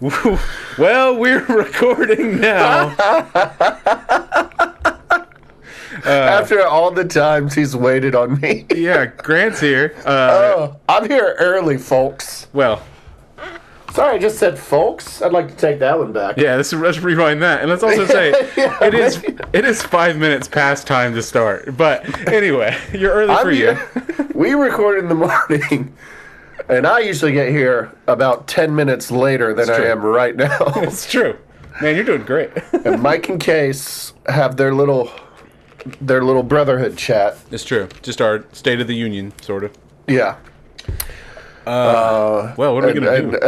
well, we're recording now. After all the times he's waited on me. yeah, Grant's here. Uh, oh, I'm here early, folks. well, Sorry, I just said folks. I'd like to take that one back. yeah, let's, let's rewind that, and let's also say Yeah, it is right. it is five minutes past time to start. But anyway, you're early I'm for you. here. we record in the morning, and I usually get here about 10 minutes later than I true. am right now. It's true, man. You're doing great. and Mike and Case have their little their little brotherhood chat. it's true. Just our State of the Union, sort of. Yeah. Well, what are we gonna and, do?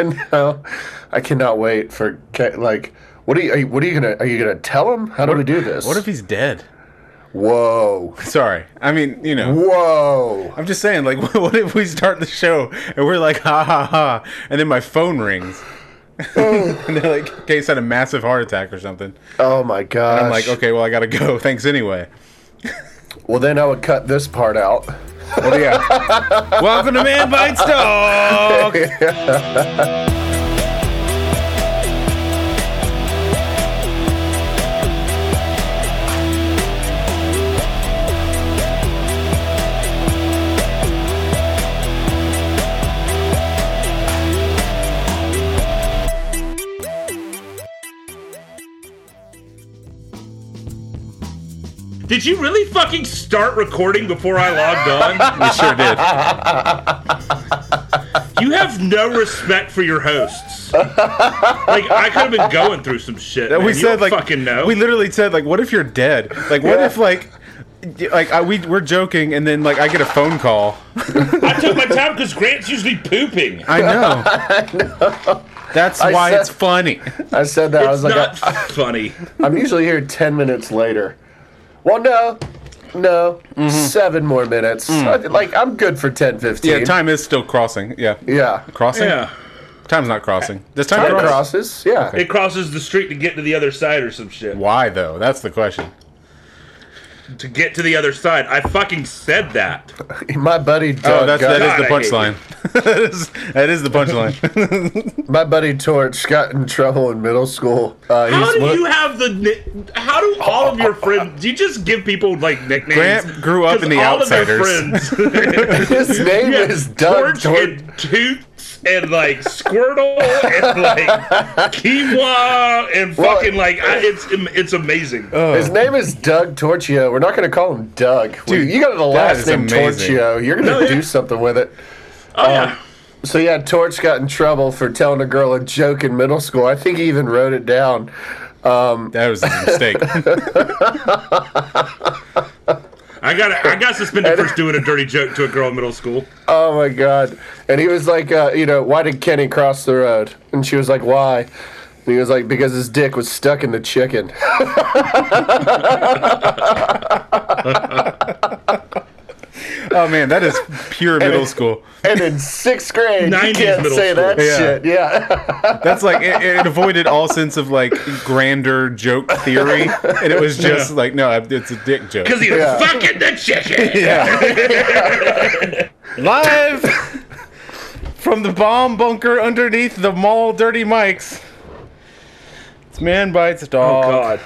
and now I cannot wait for Ca- like what are you, are you what are you gonna are you gonna tell him how do we do this? What if he's dead? whoa Sorry. I mean, you know. whoa I'm just saying, like, what if we start the show and we're like, ha ha ha, and then my phone rings, and they're like, Case had a massive heart attack or something. oh my gosh I'm like, okay, well, I gotta go. Thanks anyway. well then I would cut this part out. Well, yeah. Welcome to Man Bites Dog. Did you really fucking start recording before I logged on? We sure did. You have no respect for your hosts. Like I could have been going through some shit. And man. we You said don't like fucking know. We literally said like, what if you're dead? Like, what Yeah. if like, y- like I, we we're joking, and then like I get a phone call. I took my time because Grant's usually pooping. I know. That's why said- it's funny. I said that I was It's like not I, funny. am usually here ten minutes later. Well no no Mm-hmm. seven more minutes I- like I'm good for ten fifteen Mm. Yeah, time is still crossing. Yeah, yeah crossing. Yeah. Time's not crossing. Does time, It cross? crosses yeah It crosses the street to get to the other side or some shit. Why though? That's the question. To get to the other side. I fucking said that. my buddy Doug Oh, that's got- that is the God, I hate you. punchline. that is that is the punchline. My buddy Torch got in trouble in middle school. Uh, How he's do one- you have the ni- how do all of your friends do you just give people like nicknames? Grant grew up 'Cause in The all of your Outsiders. friends- His name Yeah, is Doug Torch Torch. and Toots and like Squirtle and like Quinoa and Well, fucking like I, it's it's amazing. Uh, His name is Doug Torchio. We're not going to call him Doug. We- Dude, you got the that is last name amazing. Torchio. You're going to No, yeah. do something with it. Um, oh yeah, So yeah, Torch got in trouble for telling a girl a joke in middle school. I think he even wrote it down. that was a mistake. I got I got suspended for doing a dirty joke to a girl in middle school. Oh my god! And he was like, uh, you know, why did Kenny cross the road? And she was like, why? And he was like, because his dick was stuck in the chicken. oh man, that is pure middle school. and in sixth grade, you 90s can't middle say school. that Yeah. shit. Yeah. That's like it, it avoided all sense of like grander joke theory, and it was just Yeah. like no, it's a dick joke. Cause he was Yeah. fucking the chicken. Yeah. Live from the bomb bunker underneath the mall, Dirty Mike's. It's man bites Oh dog. god,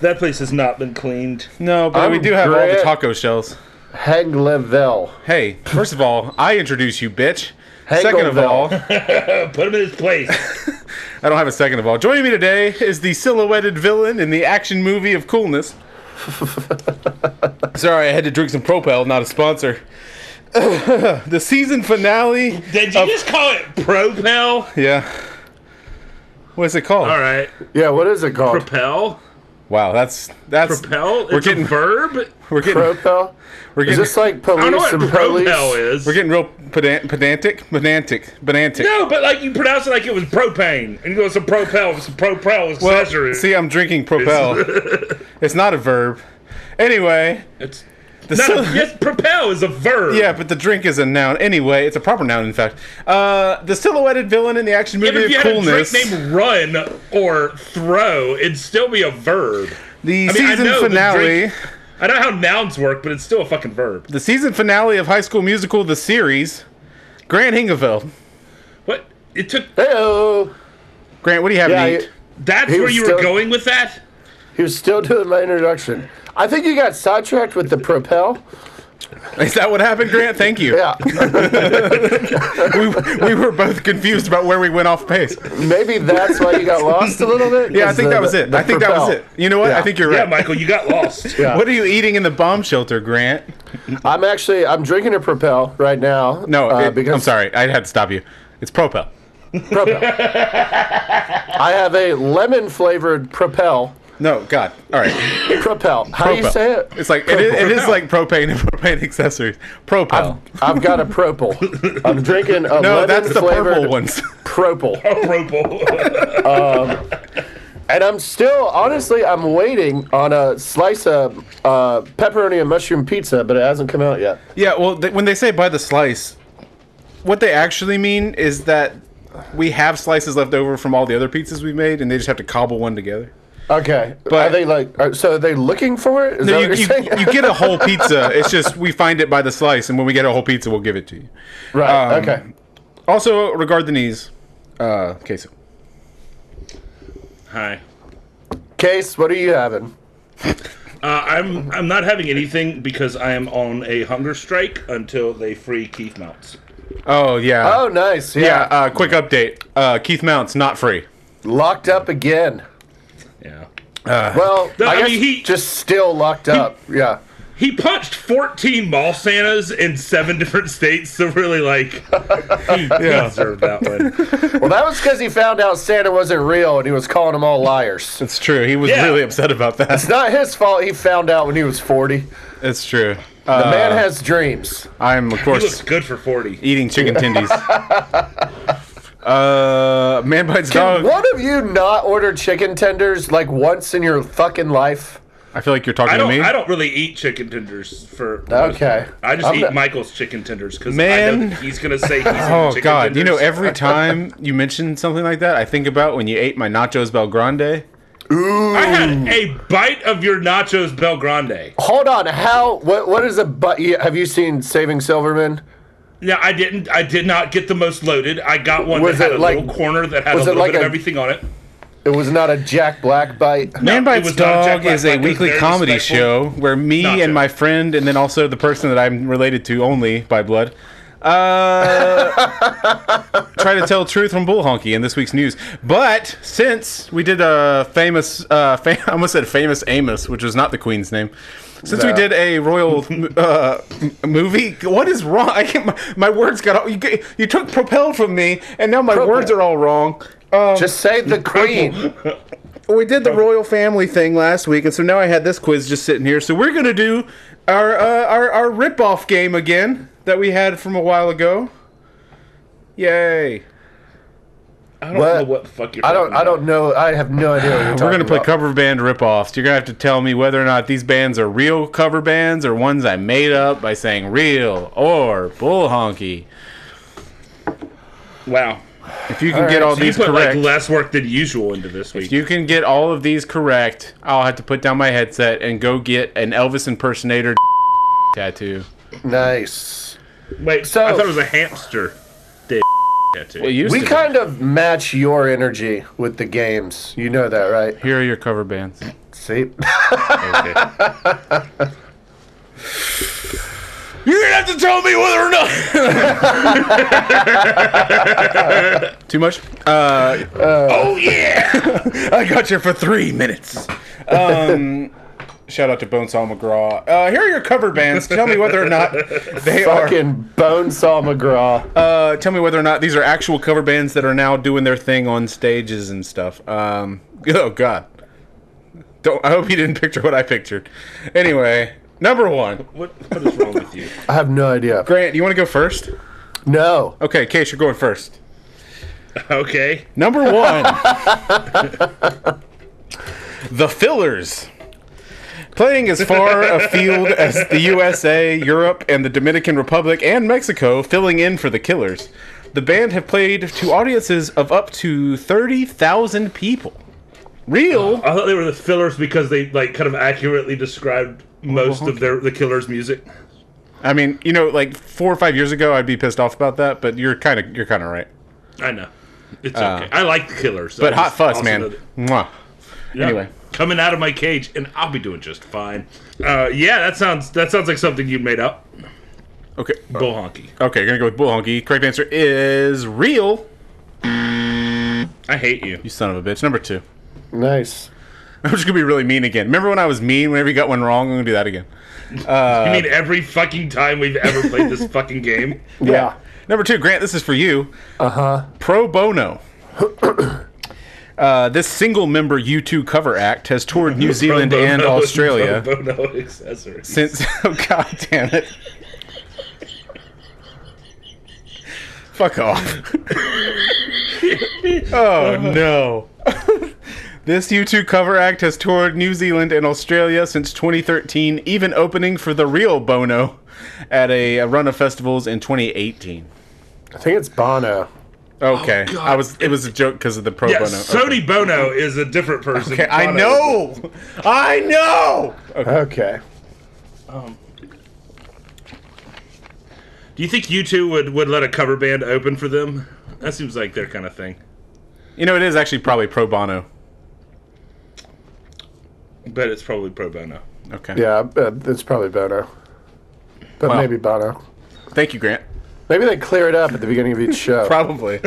that place has not been cleaned. No, but I'm we do have all the Grant. taco shells. Hang Level. Hey, first of all, I introduce you, bitch. Hang second on, of Val. all, Put him in his place. I don't have a second of all. Joining me today is the silhouetted villain in the action movie of coolness. Sorry, I had to drink some Propel, not a sponsor. the season finale. Did you just call it propel? Yeah. What's it called? All right, Yeah, what is it called? propel. Wow, that's that's Propel. It's We're getting a verb. we're getting Propel? we're Is getting this like I don't know police what and propel police? is. we're getting real pedant, pedantic, pedantic, pedantic. No, but like you pronounce it like it was propane, and you go some propel, some propel, it's Well, accessory. see, I'm drinking Propel. it's not a verb. Anyway, it's the not a, sil- yes, propel is a verb. yeah, but the drink is a noun. Anyway, it's a proper noun, in fact. Uh, the silhouetted villain in the action Even movie if you of had coolness. a drink named Run or Throw, it'd still be a verb. the I mean, I season know the finale. drink- I know how nouns work, but it's still a fucking verb. the season finale of High School Musical: The Series. Grant Hingeveld. What? It took. Hey, Grant, what do you have yeah, to eat? he, That's He where was you still- were going with that. he was still doing my introduction. I think you got sidetracked with the propel. Is that what happened, Grant? Thank you. Yeah, Uh, we, we were both confused about where we went off pace. maybe that's why you got lost a little bit. Yeah, I is think the- that was it. the I think that was it. propel. You know what? Yeah. I think you're Yeah, right. Michael, you got lost. Yeah. What are you eating in the bomb shelter, Grant? I'm actually I'm drinking a propel right now. No, uh, it- I'm sorry. I had to stop you. It's Propel. Propel. I have a lemon flavored propel. No, God. All right. Propel. How do you Propel. say it? It's like it is, it is Propel. like propane and propane accessories. Propel. I've got a propel. I'm drinking a no, lemon that's the flavored purple ones. propel. Propel. And I'm still, honestly, I'm waiting on a slice of uh, pepperoni and mushroom pizza, but it hasn't come out yet. yeah. Well, th- when they say by the slice, what they actually mean is that we have slices left over from all the other pizzas we made, and they just have to cobble one together. Okay, But- are they like? Are, so are they looking for it? Is No, that you, what you, you're saying? you get a whole pizza. It's just we find it by the slice, and when we get a whole pizza, we'll give it to you. right. um, okay. Also, regard the knees. Uh, queso. Hi. Case, what are you having? Uh, I'm I'm not having anything because I am on a hunger strike until they free Keith Mounts. Oh yeah. Oh, nice. Yeah. Yeah, uh, quick update. Uh, Keith Mount's not free. locked up again. Yeah. Well, No, I, I guess mean, he- just still locked up. yeah. He punched 14 mall Santas in seven different states, so really, like, he deserved that one. Well, that was because he found out Santa wasn't real and he was calling them all liars. It's true. He was Yeah. really upset about that. It's not his fault. He found out when he was forty. It's true. The Uh, man has dreams. I'm of He looks course good for 40. eating chicken tendies. uh, man bites dog. One of you not ordered chicken tenders like once in your fucking life? I feel like you're talking I to don't, me. I don't really eat chicken tenders for. Okay. I just I'm eat not- Michael's chicken tenders because I know Man. that he's going to say he's eating Oh chicken God! You know, tenders. every time you mention something like that, I think about when you ate my nachos Belgrande. I had a bite of your nachos Belgrande. Hold on. How? What? What is a but? Have you seen Saving Silverman? Yeah, I didn't. I did not get the most loaded. I got one Was that had it a like- little corner that had a was it little like bit a- of everything on it. It was not a Jack Black bite. Man it Bites was not a Jack Dog Black is a Black. It was weekly very comedy respectful. show where me Nacho. and my friend, and then also the person that I'm related to only by blood, uh, try to tell truth from bull honky in this week's news. But since we did a famous, uh, fam- I almost said famous Amos, which was not the queen's name. Since we No. did a royal uh, m- movie, what is wrong? I can't. My, my words got all. You, g- you took propel from me, and now my words are all wrong. Um, Just say the Queen. we did the royal family thing last week, and so now I had this quiz just sitting here. So we're gonna do our uh, our our ripoff game again that we had from a while ago. Yay! I don't What? know what the fuck you're. I don't. I don't know. I have no idea. What you're We're gonna talking play about. cover band ripoffs. You're gonna have to tell me whether or not these bands are real cover bands or ones I made up by saying real or bull honky. Wow. If you can All get right, all so You these put correct, like less work than usual into this if week. you can get all of these correct, I'll have to put down my headset and go get an Elvis impersonator tattoo. Nice. Wait, So- I thought it was a hamster. Dave tattoo. It used We to be. kind of match your energy with the games. You know that, right? Here are your cover bands. See? Okay. You're gonna have to tell me whether or not. Too much. Uh, oh yeah, I got you for three minutes. Um, shout out to Bonesaw McGraw. Uh, here are your cover bands. Tell me whether or not they are. Fucking Bonesaw McGraw. Uh, tell me whether or not these are actual cover bands that are now doing their thing on stages and stuff. Um, oh God. Don't. I hope you didn't picture what I pictured. Anyway, number one, what, what is wrong with you? I have no idea. Grant. You want to go first? No. Okay, Case, you're going first. Okay. Number one, the fillers. Playing as far afield as the USA, Europe, and the Dominican Republic and Mexico, filling in for the killers. The band have played to audiences of up to 30,000 people. Real? I thought they were the fillers because they like kind of accurately described most of their the killers' music. I mean, you know, like four or five years ago, I'd be pissed off about that, but you're kind of you're kind of right. I know. It's okay. I like the killer. So Uh, But I hot just fuss, also know man. that- Mwah. Yeah. Anyway. coming out of my cage, and I'll be doing just fine. Uh, yeah, that sounds that sounds like something you made up. Okay. Bull honky. Okay, gonna go with bull honky. Correct answer is real. I hate you. You son of a bitch. Number two. Nice. I'm just gonna be really mean again. Remember when I was mean? Whenever you got one wrong, I'm gonna do that again. Uh, you mean every fucking time we've ever played this fucking game? Yeah. Number two, Grant, this is for you. Uh-huh. Uh huh. Pro bono. Uh, this single member U2 cover act has toured New Zealand Pro bono- and Australia pro bono accessories. since. Oh, God damn it. Fuck off. oh, no. this U2 cover act has toured New Zealand and Australia since 2013, even opening for the real Bono at a, a run of festivals in 2018. I think it's Bono. Okay, God. I was. It was a joke because of the pro yeah, bono. Sony Bono is a different person. Okay, I Bono- know, I know. Okay. Okay. um, Do you think you two would would let a cover band open for them? That seems like their kind of thing. You know, it is actually probably pro bono. But it's probably pro bono. Okay. Yeah, uh, it's probably Bono. But Wow. maybe Bono. Thank you, Grant. Maybe they clear it up at the beginning of each show. Probably.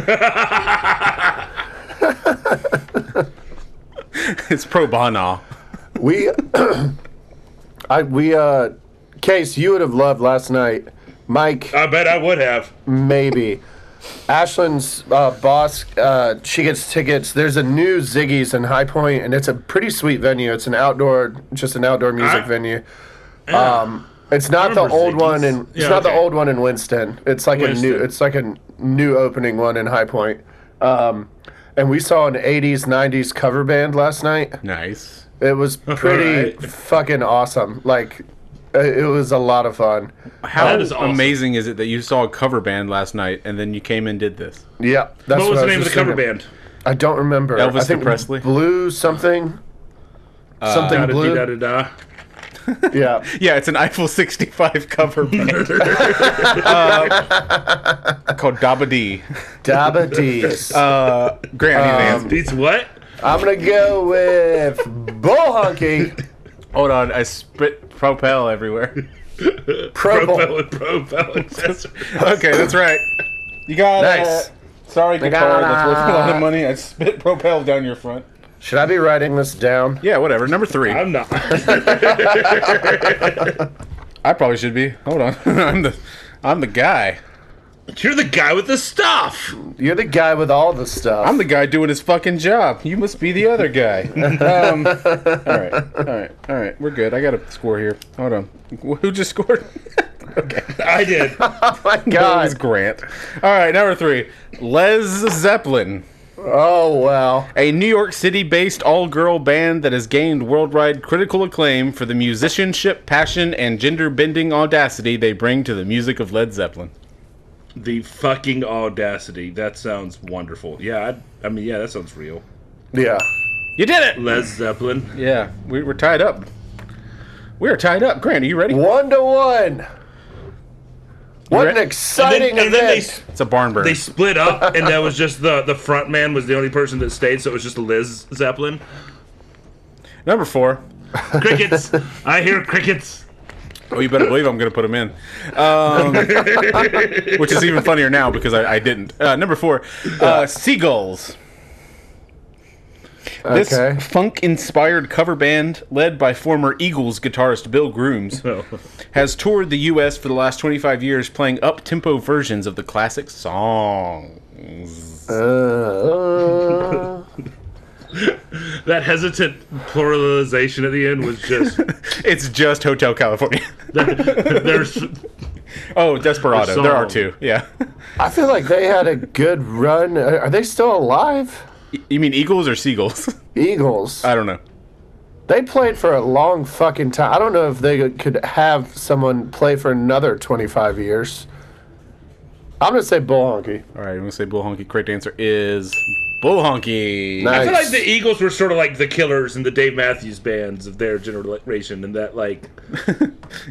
it's pro bono. We, I we uh, case you would have loved last night. Mike, I bet I would have. maybe. Ashland's uh, boss, uh, she gets tickets. There's a new Ziggy's in High Point, and it's a pretty sweet venue. It's an outdoor, just an outdoor music I- venue. Um, it's not the remember old one, Ziggy's. in it's Yeah, not the okay. old one in Winston. It's like a new, Winston. it's like a new opening one in High Point. Um, and we saw an '80s, '90s cover band last night. Nice. It was pretty Alright. fucking awesome. Like, uh, it was a lot of fun. How That is awesome. amazing is it that you saw a cover band last night and then you came and did this? Yeah, that's What was I the name of the just cover thinking. band? I don't remember. Elvis I think Presley? Blue something. something Da da blue. da da da. Yeah. Yeah, it's an Eiffel 65 cover band called Dabadi. Dabba Dees. Uh, Grant, I need an answer. These what? I'm gonna go with Bull Honky. Hold on, I spit propel everywhere. Pro Pro Bowl. and pro bow accessories. okay, that's right. You got Nice. it. Sorry, guitar. got it. That's worth a lot of money. I spit propel down your front. Should I be writing this down? Yeah, whatever. Number three. I'm not. I probably should be. Hold on. I'm the, I'm the guy. You're the guy with the stuff. You're the guy with all the stuff. I'm the guy doing his fucking job. You must be the other guy. Um, all right, all right, all right. We're good. I got a score here. Hold on. Who just scored? I did. oh my That was god. Grant. All right, number three. Les Zeppelin. Oh wow. a New York City based all girl band that has gained worldwide critical acclaim for the musicianship, passion, and gender bending audacity they bring to the music of Led Zeppelin. The fucking audacity. That sounds wonderful. Yeah, I, I mean, yeah, that sounds real. Yeah. You did it! Les Zeppelin. Yeah, we were tied up. We are tied up. Grant, are you ready? One to one. What an Re- And exciting then, and then they event. s- It's a barn burner. they split up, and that was just the the front man was the only person that stayed, so it was just Liz Zeppelin. Number four. Crickets. I hear crickets. Oh, you better believe I'm going to put them in. Um, which is even funnier now because I, I didn't. Uh, number four, uh, Seagulls. This Okay. funk inspired cover band, led by former Eagles guitarist Bill Grooms, Oh. has toured the U.S. for the last 25 years playing up tempo versions of the classic songs. Uh, That hesitant pluralization at the end was just It's just Hotel California. there's oh, Desperado. The there are song. two. Yeah. I feel like they had a good run. Are are they still alive? You mean Eagles or Seagulls? Eagles. I don't know. They played for a long fucking time. I don't know if they could have someone play for another 25 years. I'm going to say Bull Honky. All right, I'm going to say Bull Honky. Correct answer is Bull honky. Nice. I feel like the Eagles were sort of like the Killers and the Dave Matthews bands of their generation, and that like they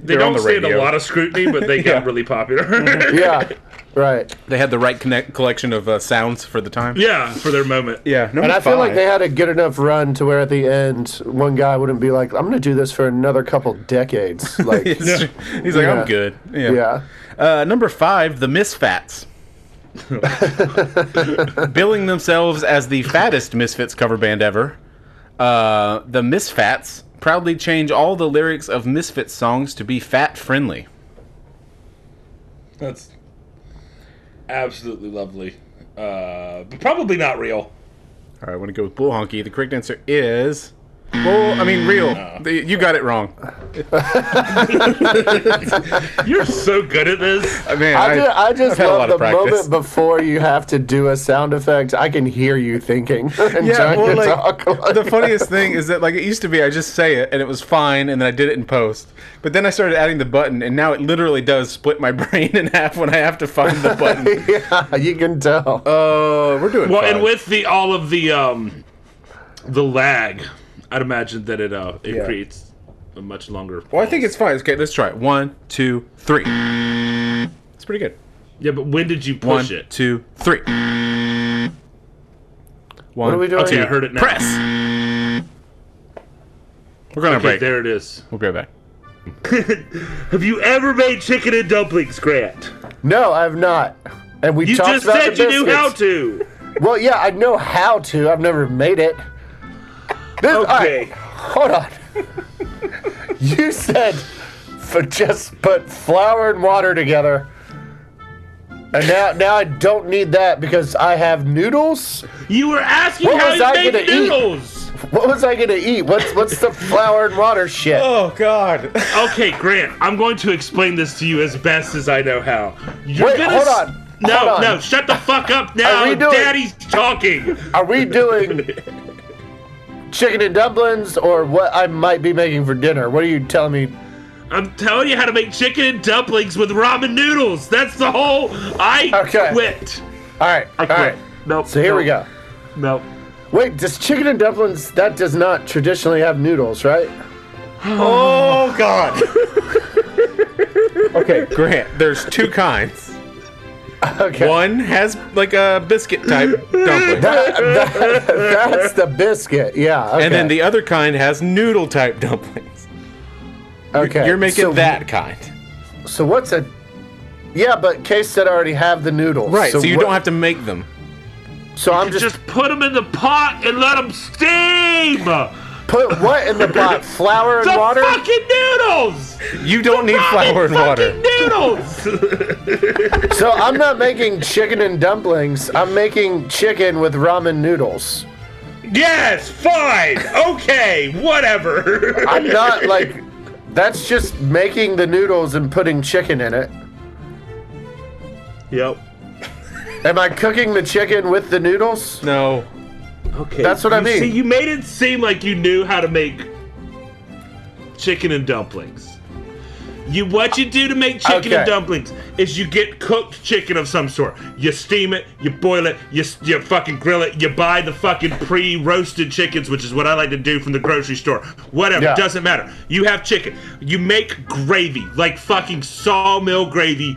They're on don't the stand a radio. lot of scrutiny, but they got really popular. yeah, right. They had the right connect- collection of uh, sounds for the time. yeah, for their moment. Yeah, number And I feel like five. they had a good enough run to where at the end, one guy wouldn't be like, "I'm going to do this for another couple decades." Like, yeah. It's- He's like, Yeah. I'm good. Yeah. Uh, number five, the Misfats. Billing themselves as the fattest Misfits cover band ever, uh, the Misfats proudly change all the lyrics of Misfits songs to be fat friendly. That's absolutely lovely, uh, but probably not real. All right, I want to go with Bull Honky. The correct answer is. Bull, I mean, real. The- You got it wrong. You're so good at this. Uh, Man, I, ju- I just I've had a lot love of the practice. moment before you have to do a sound effect. I can hear you thinking and Yeah, trying well, to like, talk. Like, the funniest thing is that like it used to be I just say it and it was fine and then I did it in post. But then I started adding the button and now it literally does split my brain in half when I have to find the button. yeah, you can tell. Uh, we're doing Well, fine. and with the all of the um, the lag, I'd imagine that it uh, it Yeah. creates a much longer. well, I think it's fine. Okay, let's try it. One, two, three. It's pretty good. yeah, but when did you One, push it? two, three. One, are we doing? two, Okay, I heard it now. Press. We're gonna Okay, break. there it is. We'll be right back. Have you ever made chicken and dumplings, Grant? no, I've not. And we You talked just about said the you knew how biscuits. to. Well, yeah, I know how to. I've never made it. This, all right, Okay. hold on. you said for just put flour and water together. And now, now I don't need that because I have noodles. You were asking What how was you I make gonna eat? noodles. What was I gonna eat? What's what's the flour and water shit? Oh God. Okay, Grant, I'm going to explain this to you as best as I know how. You're Wait, gonna hold s- on. No, Hold on. no, shut the fuck up now. Are we doing- Daddy's talking. Are we doing chicken and dumplings or what I might be making for dinner? What are you telling me? I'm telling you how to make chicken and dumplings with ramen noodles. That's the whole. I Okay. quit. All right, all quit. right. Nope. So here we nope, go. Nope. Wait, does chicken and dumplings that does not traditionally have noodles, right? Oh God. okay, Grant. There's two kinds. Okay. One has like a biscuit type dumpling, That- that- that's the biscuit. Yeah. Okay. and then the other kind has noodle type dumplings. okay. You're making so, that kind, So what's a? Yeah, but Case said I already have the noodles. right? So, you what- don't have to make them. So I'm Just, just, put them in the pot and let them steam. The put what in the pot? Flour and water. fucking noodles. You don't need Ramen flour and water. fucking Noodles. So I'm not making chicken and dumplings. I'm making chicken with ramen noodles. Yes, fine, okay, whatever. I'm not like. That's just making the noodles and putting chicken in it. yep. Am I cooking the chicken with the noodles? No. Okay. That's what I you mean. See, you made it seem like you knew how to make chicken and dumplings. You what you do to make chicken Okay. and dumplings is you get cooked chicken of some sort. You steam it, you boil it, you s- you fucking grill it. You buy the fucking pre-roasted chickens, which is what I like to do from the grocery store. Whatever, Yeah. doesn't matter. You have chicken. You make gravy, like fucking sawmill gravy.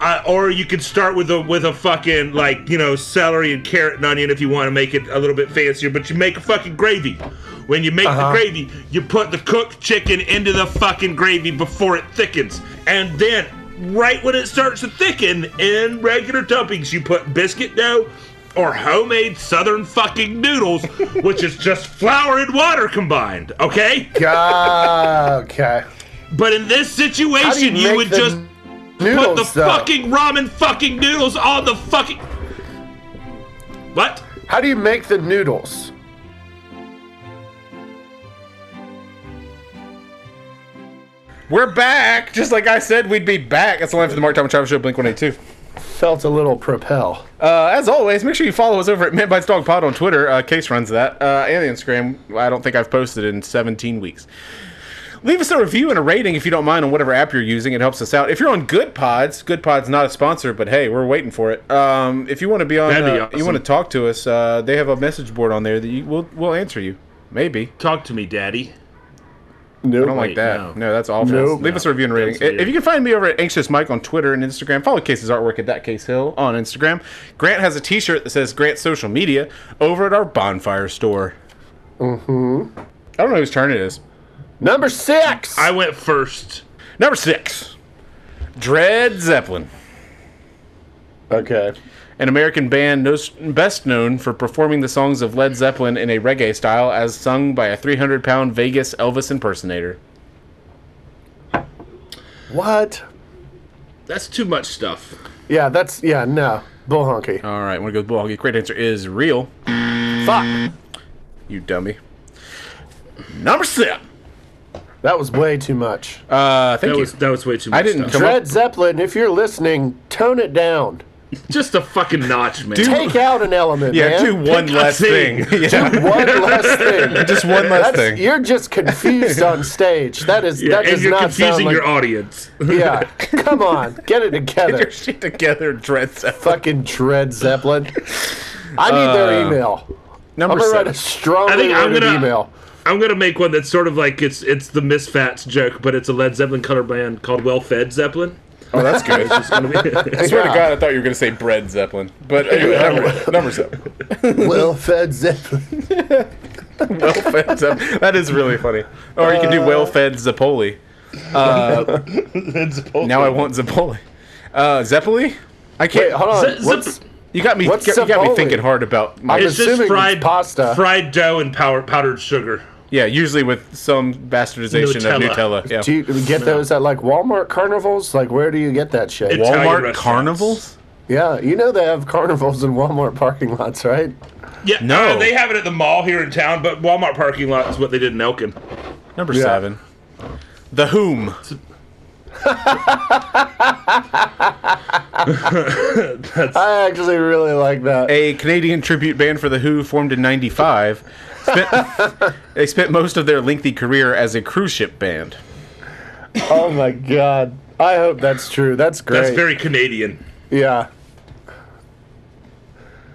Uh, or you could start with a with a fucking like you know celery and carrot and onion if you want to make it a little bit fancier. But you make a fucking gravy. When you make Uh-huh. the gravy, you put the cooked chicken into the fucking gravy before it thickens, and then right when it starts to thicken in regular dumplings, you put biscuit dough or homemade southern fucking noodles, which is just flour and water combined. Okay, God, okay. but in this How do situation, you, make would the just noodles, put the though? fucking ramen fucking noodles on the fucking. What? How do you make the noodles? We're back, just like I said we'd be back. That's the line for the Mark Thomas Travis Show, Blink 182. Felt a little propel. Uh, as always, make sure you follow us over at Mint Bites Dog Pod on Twitter. Uh, Case runs that. Uh, and Instagram. I don't think I've posted in 17 weeks. Leave us a review and a rating if you don't mind on whatever app you're using. It helps us out. If you're on Good Pods, Good Pods not a sponsor, but hey, we're waiting for it. Um, if you want to be on, That'd be uh, awesome. you want to talk to us, uh, they have a message board on there that you, we'll we'll answer you. Maybe. Talk to me, Daddy. Nope. I don't like that. No, no. that's awful. Nope. Leave us a review and rating. That's weird. If you can find me over at Anxious Mike on Twitter and Instagram, follow Case's artwork at That Case Hill on Instagram. Grant has a T-shirt that says Grant Social Media over at our Bonfire store. Mm-hmm. I don't know whose turn it is. Number six. I went first. Number six, Dred Zeppelin, okay. an American band nos- best known for performing the songs of Led Zeppelin in a reggae style as sung by a 300-pound Vegas Elvis impersonator. What? That's too much stuff. Yeah, that's yeah. No, bull honky. Mm. All right, want to go with Bull Hoggy? Great answer is real. Fuck. You dummy. Number six. That was way too much. Uh, thank That you. was that was way too much. I didn't Stuff. come Dred Zeppelin, if you're listening, tone it down. Just a fucking notch, man. Dude. Take out an element, yeah, man. do one Pick a less thing. thing. Yeah, One less thing. just one less That's, thing. You're just confused on stage. That is Yeah, that does and you're not confusing sound like, your audience. Yeah, come on, get it together. Get your shit together, Dred Zeppelin. Fucking Dred Zeppelin. I need their email. I'm Number gonna write seven. a strongly Uh, I think I'm worded gonna- email. I'm gonna make one that's sort of like it's it's the Misfats joke, but it's a Led Zeppelin cover band called Well Fed Zeppelin. Oh, that's good. I It's gonna be- swear to Yeah. God, I thought you were going to say Bread Zeppelin. But anyway, number, number seven. Well fed Zeppelin. Well fed Zeppelin. That is really funny. Or you can do well fed Zeppoli. Zeppelin. Now I want Zeppoli. Uh, Zeppoli? I can't. Wait, hold on. Ze- What's, Zepp- You got me. What's you got me Zeppoli? thinking hard about my. I'm It's assuming just it's fried pasta. fried dough, and power, powdered sugar. yeah, usually with some bastardization Nutella. of Nutella. Yeah. do you get those at like Walmart carnivals? Like, where do you get that shit? It's- Italian Walmart restaurants. carnivals? yeah, you know they have carnivals in Walmart parking lots, right? Yeah, No. uh, they have it at the mall here in town, but Walmart parking lot is what they did in Elkin. Number Yeah. seven. The whom. I actually really like that. a Canadian tribute band for The Who formed in 95. Spent, they spent most of their lengthy career as a cruise ship band. Oh my god. I hope that's true. That's great. That's very Canadian. yeah.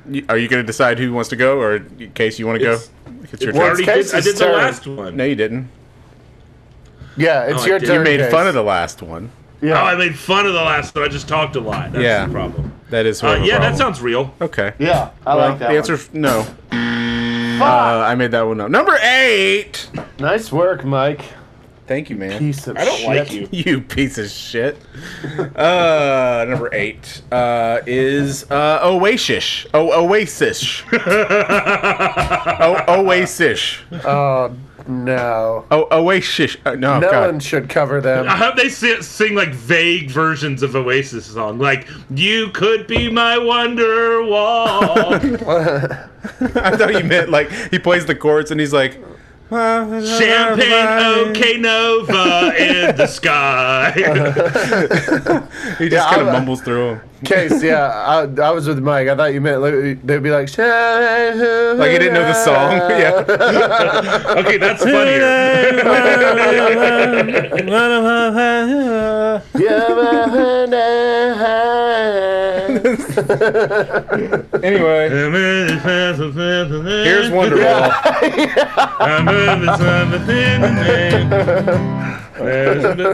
Y- Are you going to decide who wants to go, or in case you want to go? It's- It's your I turn. works. already did, I Casey's did the turn. last one. No, you didn't. Yeah, it's Oh, I your did. turn. You You made Case. fun of the last one. Yeah. Oh, I made fun of the last one. I just talked a lot. That's Yeah. the problem. That is. Uh, sort of a yeah, that problem. sounds real. okay. yeah, I Well, like that. the answer one. f- no. Uh, I made that one up. Number eight. Nice work, Mike. Thank you, man. Piece of I don't like shit. you. You piece of shit. Uh, number eight uh, is uh, Oasis. Oh, Oasis. oh, Oasis. Oh no. Oh, Oasis. Uh, no, No God. one should cover them. I hope they si- sing like vague versions of Oasis song, like "You could be my wonder wall." I thought you meant like he plays the chords and he's like. Champagne okay Nova in the sky. He just Yeah, kind of I- mumbles through 'em. Case, yeah, I, I was with Mike. I thought you meant like, they'd be like, Like like he didn't know the song. yeah. okay, that's funnier. yeah. anyway, here's Here's Wonderwall.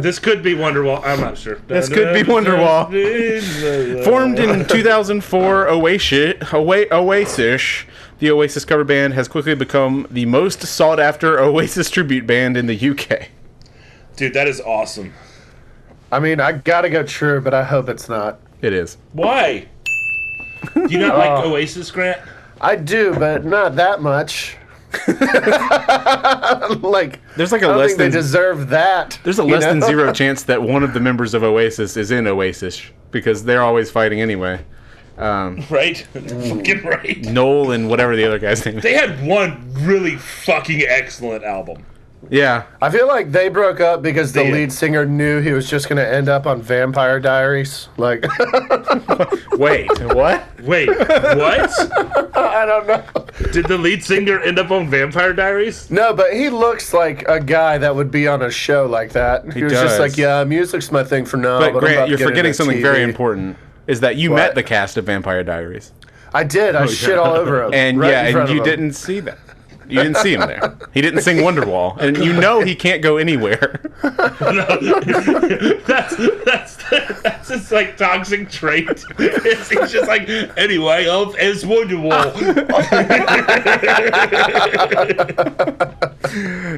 this could be Wonderwall. I'm not sure. This could be Wonderwall. Formed in 2004, Oasis, Oa- Oasis, the Oasis cover band has quickly become the most sought after Oasis tribute band in the UK. Dude, that is awesome. I mean, I gotta go true, but I hope it's not. It is. Why? Do you not like Oasis, Grant? I do, but not that much. like, There's like a I don't less think they than deserve that. there's a you less than know? zero chance that one of the members of Oasis is in Oasis because they're always fighting anyway. Um, Right? Fucking right. Noel and whatever the other guy's name. is. They had one really fucking excellent album. Yeah. I feel like they broke up because the Yeah. lead singer knew he was just going to end up on Vampire Diaries. Like, Wait. what? Wait, what? I don't know. Did the lead singer end up on Vampire Diaries? No, but he looks like a guy that would be on a show like that. He, was does. just like, yeah, music's my thing for now. But, But, I'm about Grant, to you're get forgetting into something TV." very important. Is that you met What? the cast of Vampire Diaries? I did. I shit all over him. Oh, And right in yeah, front and of you him. didn't see that. You didn't see him there. He didn't sing Wonderwall, and you know he can't go anywhere. that's that's that's his like toxic trait. It's, he's just like anyway, of it's Wonderwall.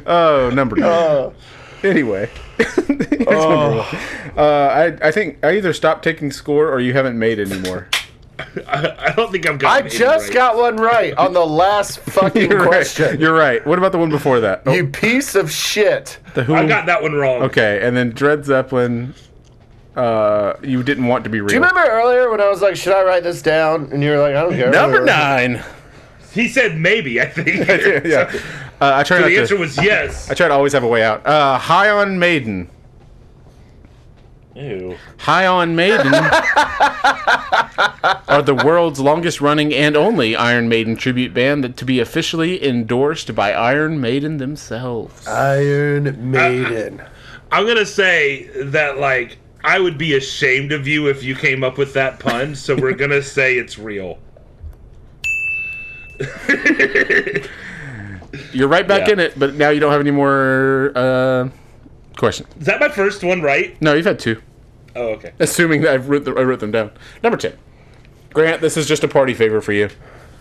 Oh, number nine. anyway, It's Oh. Wonderwall. Uh, I I think I either stopped taking score or you haven't made anymore. I, I don't think I've I got. just got one right on the last fucking You're right. question. You're right. What about the one before that? Oh, You piece of shit. the who? I got that one wrong. Okay, and then Dred Zeppelin. Uh, you didn't want to be real. Do you remember earlier when I was like, should I write this down? And you were like, I don't care. number whatever. nine? He said maybe. I think. yeah. Uh, I try So not the to. answer was yes. I try to always have a way out. Uh, high on Maiden. Ew. High on Maiden are the world's longest running and only Iron Maiden tribute band that to be officially endorsed by Iron Maiden themselves. Uh, Iron Maiden. I'm gonna say that like I would be ashamed of you if you came up with that pun. So we're gonna say it's real. You're right back Yeah. in it, but now you don't have any more uh, questions. Is that my first one right? No, you've had two. Oh, okay. Assuming that I've wrote, the, I wrote them down. Number 10. Grant, this is just a party favor for you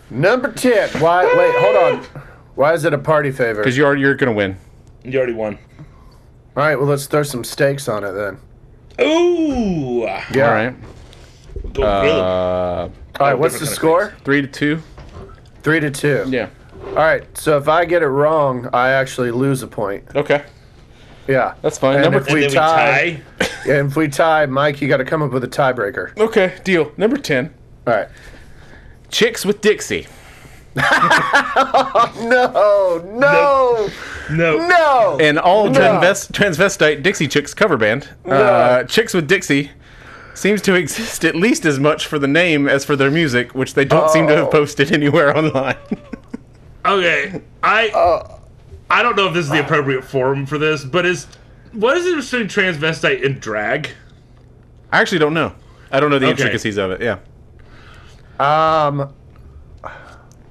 Number 10. Why? Wait, hold on. Why is it a party favor? because you are, you're going to win. You already won. All right, well, let's throw some steaks on it then. Ooh. Yeah. All right. Go grill Uh, him. All right, what's the different score? three to two. Three to two. Yeah. All right, so if I get it wrong, I actually lose a point. Okay. Yeah. That's fine. And Number if three. and then we tie. tie. And if we tie, Mike, you got to come up with a tiebreaker. Okay, deal. Number 10. All right. Chicks with Dixie. No, no, No. no. an all No. transvest- transvestite Dixie Chicks cover band. Uh, Chicks with Dixie seems to exist at least as much for the name as for their music, which they don't seem to have Oh. posted anywhere online. Okay. I I don't know if this is the appropriate forum for this, but is what is it between transvestite and drag? I actually don't know. I don't know the Okay. intricacies of it. Yeah, um,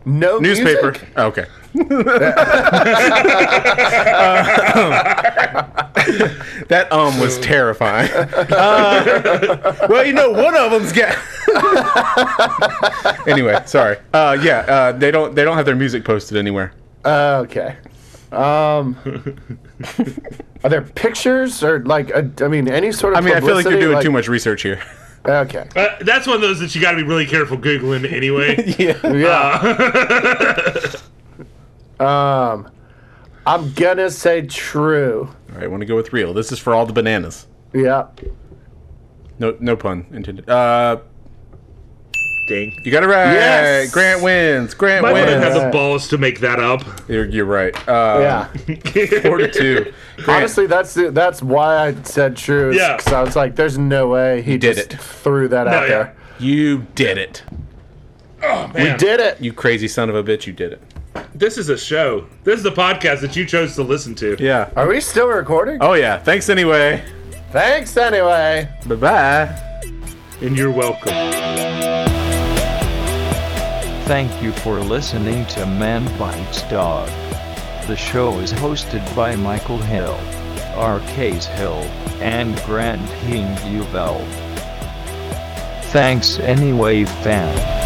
no newspaper. music? Oh, okay. that um was terrifying. Uh, well, you know, one of them's got. anyway, sorry. Uh, yeah, uh, they don't they don't have their music posted anywhere. Uh, okay. Um, are there pictures or like a, I mean any sort of? I mean, I feel like you're doing too much research here. Okay. Uh, that's one of those that you got to be really careful googling anyway. Yeah. Yeah. um, I'm gonna say true. All right, want to go with real. This is for all the bananas. Yeah. No, no pun intended. Uh, Dang. you got it right. Yes! Grant wins. Grant I wouldn't wins. have the balls to make that up. You're, you're right. Uh, Yeah. Four to two. Grant, Honestly, that's the, that's why I said true. is Yeah. 'cause I was like, there's no way he did just it. Threw that out yeah. there. you did it. Oh man, Did it. You crazy son of a bitch. You did it. this is a show. This is the podcast that you chose to listen to. Yeah. Are we still recording? Oh yeah. Thanks anyway. Thanks anyway. Bye bye. And you're welcome. Thank you for listening to Man Bites Dog. The show is hosted by Michael Hill, R.K.'s Hill, and Grant Hing Uvel. Thanks anyway, fam.